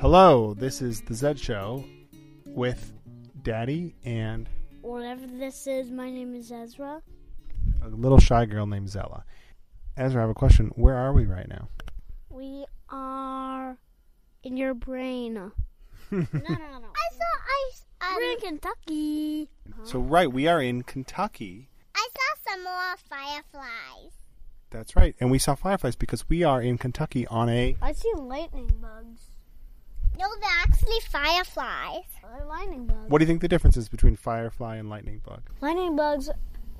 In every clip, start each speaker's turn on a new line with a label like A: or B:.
A: Hello, this is the Zed Show with Daddy and
B: Whatever this is, my name is Ezra.
A: a little shy girl named Zella. Ezra, I have a question. Where are we right now?
B: We are in your brain. no, no, no. I saw I.
C: um,
B: We're in Kentucky.
A: So, right, we are in Kentucky.
C: I saw some more fireflies.
A: That's right. And we saw fireflies because we are in Kentucky on a.
B: I see lightning bugs.
C: No, they're actually fireflies.
B: They're lightning bugs.
A: What do you think the difference is between firefly and lightning bug?
B: Lightning bugs,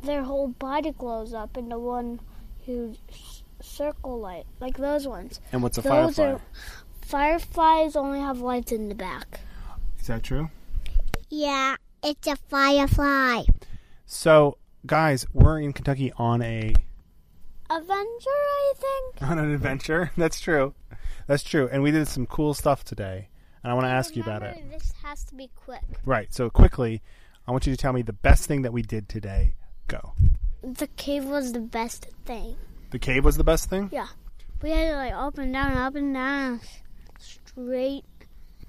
B: their whole body glows up into one huge s- circle light, like those ones.
A: And what's a
B: those
A: firefly?
B: are fireflies. Only have lights in the back.
A: Is that true?
C: Yeah, it's a firefly.
A: So, guys, we're in Kentucky on a
B: Avenger, I think.
A: on an adventure. That's true. That's true. And we did some cool stuff today. And I want to ask you about it.
B: This has to be quick.
A: Right. So, quickly, I want you to tell me the best thing that we did today. Go.
B: The cave was the best thing.
A: The cave was the best thing?
B: We had to like up and down, up and down, straight.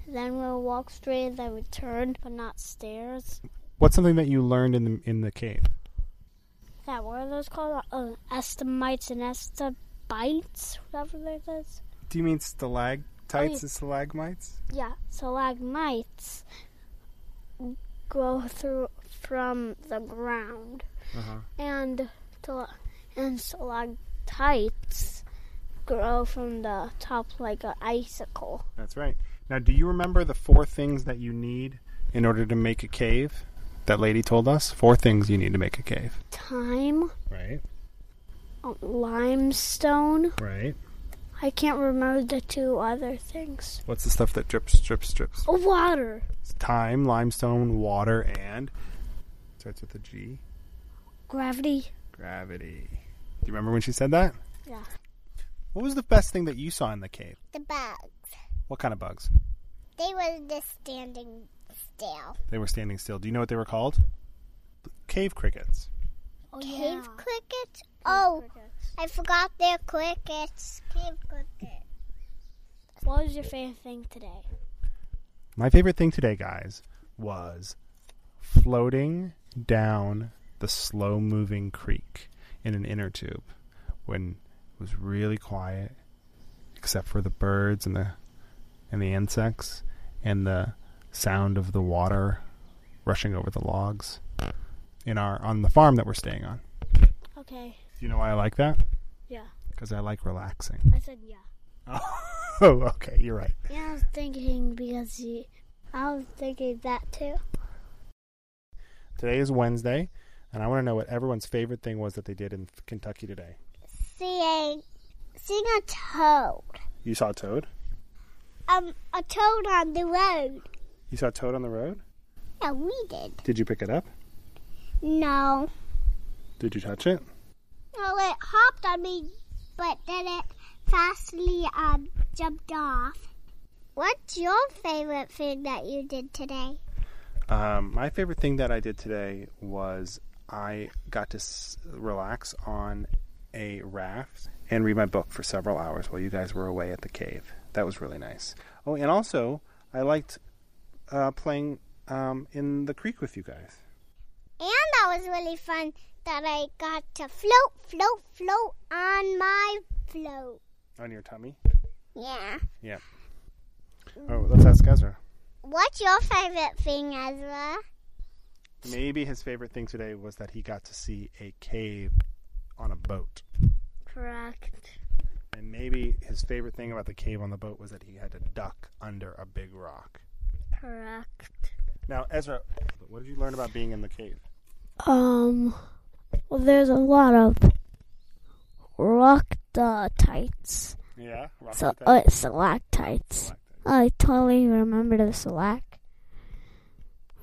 B: Then we'll walk straight, then we turn, but not stairs.
A: What's something that you learned in the, in the cave?
B: That what are those called? Uh, estamites and estabites, whatever that is.
A: Do you mean stalactites
B: yeah.
A: and stalagmites?
B: Yeah, stalagmites grow through from the ground,
A: Uh-huh.
B: and tala- and stalactites grow from the top like an icicle.
A: That's right. Now, do you remember the four things that you need in order to make a cave? That lady told us four things you need to make a cave.
B: Time.
A: Right.
B: Um, limestone.
A: Right.
B: I can't remember the two other things.
A: What's the stuff that drips, drips, drips?
B: Oh, water.
A: It's time, limestone, water, and starts with a G.
B: Gravity.
A: Gravity. Do you remember when she said that?
B: Yeah.
A: What was the best thing that you saw in the cave?
C: The bugs.
A: What kind of bugs?
C: They were just standing still.
A: They were standing still. Do you know what they were called? Cave crickets.
B: Oh,
C: Cave crickets? Oh, I forgot they're crickets. Cave crickets.
B: What was your favorite thing today?
A: My favorite thing today, guys, was floating down the slow moving creek in an inner tube when it was really quiet except for the birds and the and the insects and the sound of the water rushing over the logs in our on the farm that we're staying on.
B: Okay.
A: Do you know why I like that?
B: Yeah.
A: Cuz I like relaxing.
B: I said yeah.
A: Oh, okay, you're right.
B: Yeah, I was thinking because you. I was thinking that too.
A: Today is Wednesday, and I want to know what everyone's favorite thing was that they did in Kentucky today.
C: Seeing, seeing a toad.
A: You saw a toad?
C: Um, a toad on the road.
A: You saw a toad on the road?
C: Yeah, we did.
A: Did you pick it up?
C: No.
A: Did you touch it?
C: Well, it hopped on me, but then it fastly um, jumped off. What's your favorite thing that you did today?
A: Um, my favorite thing that I did today was I got to s- relax on a raft and read my book for several hours while you guys were away at the cave. That was really nice. Oh, and also, I liked uh, playing um, in the creek with you guys.
C: And that was really fun that I got to float, float, float on my float.
A: On your tummy?
C: Yeah.
A: Yeah. Oh, let's ask Ezra.
C: What's your favorite thing, Ezra?
A: Maybe his favorite thing today was that he got to see a cave on a boat.
B: Correct.
A: And maybe his favorite thing about the cave on the boat was that he had to duck under a big rock.
B: Correct.
A: Now, Ezra, what did you learn about being in the cave?
B: Um. Well, there's a lot of roctites.
A: Yeah, rock
B: So, oh, it's stalactites. I totally remember the select.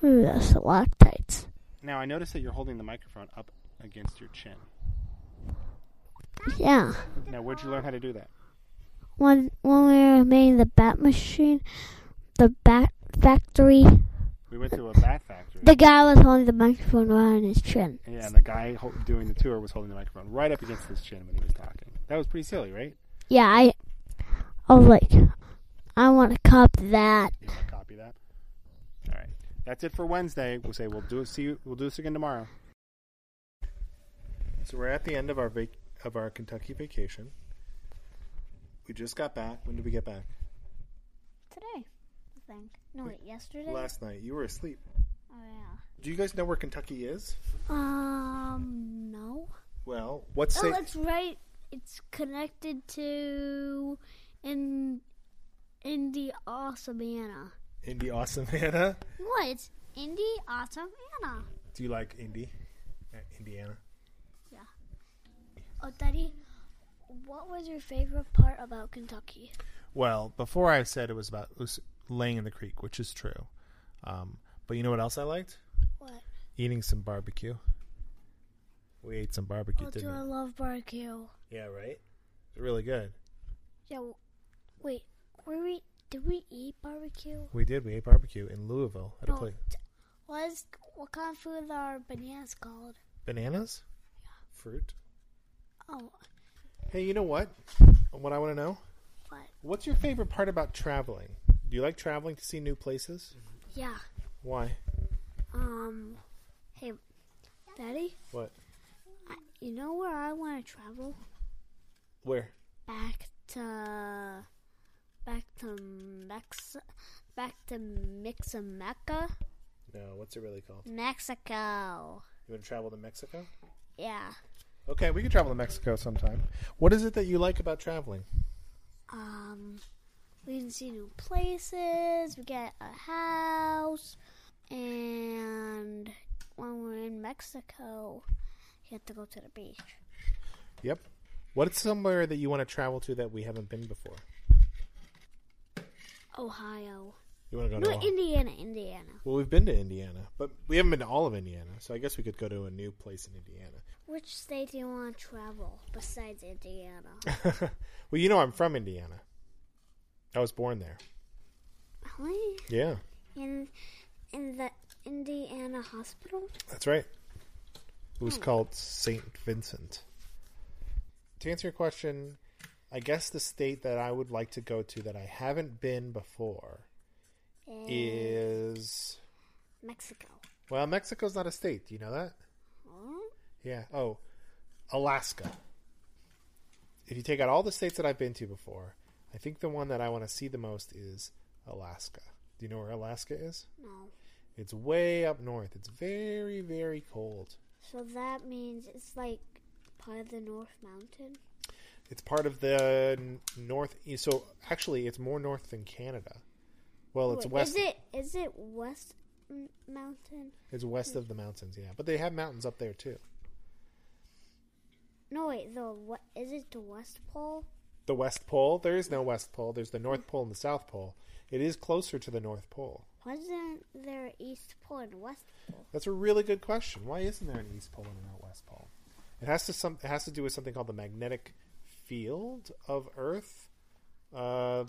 B: Ooh, the stalactites.
A: Now, I noticed that you're holding the microphone up against your chin.
B: Yeah.
A: Now, where'd you learn how to do that?
B: When when we were making the bat machine, the bat factory,
A: We went to a bat factory.
B: the guy was holding the microphone around his chin.
A: Yeah, and the guy ho- doing the tour was holding the microphone right up against his chin when he was talking. That was pretty silly, right?
B: Yeah, I, I was like, I want to copy that.
A: You want to copy that? All right. That's it for Wednesday. We'll say we'll do see you, we'll do this again tomorrow. So we're at the end of our vac- of our Kentucky vacation. We just got back. When did we get back?
B: Today, I think. No, wait, yesterday?
A: Last night. You were asleep.
B: Oh, yeah.
A: Do you guys know where Kentucky is?
B: Um, no.
A: Well, what
B: Oh,
A: state?
B: it's right. It's connected to in Indy Osamana.
A: Indy awesome, Anna.
B: What? It's Indy Osamana.
A: Do you like Indy? Uh, Indiana.
B: Oh, Daddy, what was your favorite part about Kentucky?
A: Well, before I said it was about it was laying in the creek, which is true. Um, but you know what else I liked?
B: What?
A: Eating some barbecue. We ate some barbecue,
B: Oh, do
A: didn't
B: I
A: we?
B: love barbecue?
A: Yeah, right. It's really good.
B: Yeah. w- Wait, were we? Did we eat barbecue?
A: We did. We ate barbecue in Louisville at a
B: No.
A: place.
B: What is what kind of food are bananas called?
A: Bananas, fruit.
B: Oh,
A: Hey, you know what? What I want to know?
B: what?
A: What's your favorite part about traveling? Do you like traveling to see new places?
B: Yeah.
A: Why?
B: Um. Hey, Daddy.
A: What?
B: You know where I want to travel?
A: Where?
B: Back to back to Mex back to Mexico,
A: No. What's it really called?
B: Mexico.
A: You want to travel to Mexico?
B: Yeah.
A: Okay, we can travel to Mexico sometime. What is it that you like about traveling?
B: Um, we can see new places. We get a house, and when we're in Mexico, you have to go to the beach.
A: Yep. What's somewhere that you want to travel to that we haven't been before?
B: Ohio,
A: You want to go
B: no,
A: to? Ohio-
B: Indiana, Indiana.
A: well, we've been to Indiana, but we haven't been to all of Indiana, so I guess we could go to a new place in Indiana.
B: Which state do you want to travel besides Indiana?
A: well, you know I'm from Indiana. I was born there.
B: Really?
A: Yeah,
B: In in the Indiana hospital?
A: that's right. It was called St. Vincent. To answer your question, I guess the state that I would like to go to that I haven't been before is
B: Mexico.
A: well, Mexico's not a state. Do you know that?
B: Huh?
A: Yeah. Oh, Alaska. If you take out all the states that I've been to before, I think the one that I want to see the most is Alaska. Do you know where Alaska is?
B: No.
A: It's way up north. It's very, very cold.
B: So that means it's like part of the North Mountain.
A: It's part of the n- north. e, So actually, it's more north than Canada. Well, it's
B: Wait,
A: west.
B: Oh, Is it is it West M- Mountain?
A: It's west of the mountains. Yeah, but they have mountains up there too.
B: No, wait. The what is it? The West Pole?
A: The West Pole. There is no West Pole. There's the North Pole and the South Pole. It is closer to the North Pole.
B: Wasn't there East Pole and West Pole?
A: That's a really good question. Why isn't there an East Pole and a West Pole? It has to some. It has to do with something called the magnetic field of Earth, uh,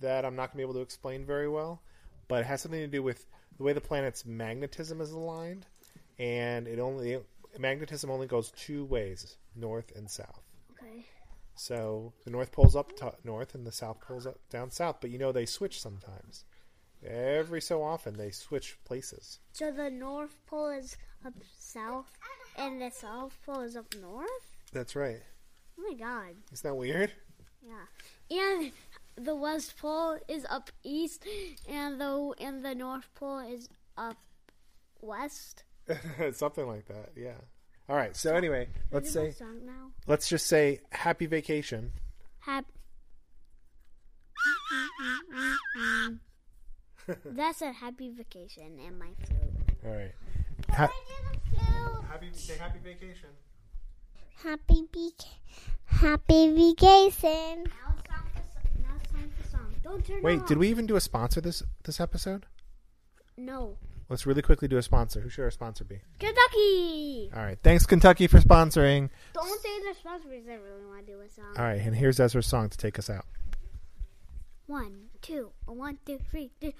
A: that I'm not going to be able to explain very well. But it has something to do with the way the planet's magnetism is aligned, and it only magnetism only goes two ways, north and south.
B: Okay.
A: So the North Pole's up to north, and the South Pole's up down south. But you know they switch sometimes. Every so often they switch places.
B: So the North Pole is up south, and the South Pole is up north.
A: That's right.
B: Oh my God!
A: Isn't that weird?
B: Yeah. And the West Pole is up east, and the and the North Pole is up west.
A: Something like that. Yeah. All right. So anyway, let's
B: Is it my
A: say
B: song now.
A: let's just say happy vacation.
B: Hap- That's a happy vacation in my throat.
A: All right. happy say happy vacation.
C: Happy beak. Happy vacation.
B: Now it's time for song. Now it's time for song. Don't turn it
A: Wait,
B: off.
A: did we even do a sponsor this this episode?
B: No.
A: Let's really quickly do a sponsor. Who should our sponsor be?
B: Kentucky!
A: All right. Thanks Kentucky for sponsoring.
B: Don't say the sponsor because I really want to do a song.
A: All right, and here's Ezra's song to take us out.
B: One, two, one, two, three, two.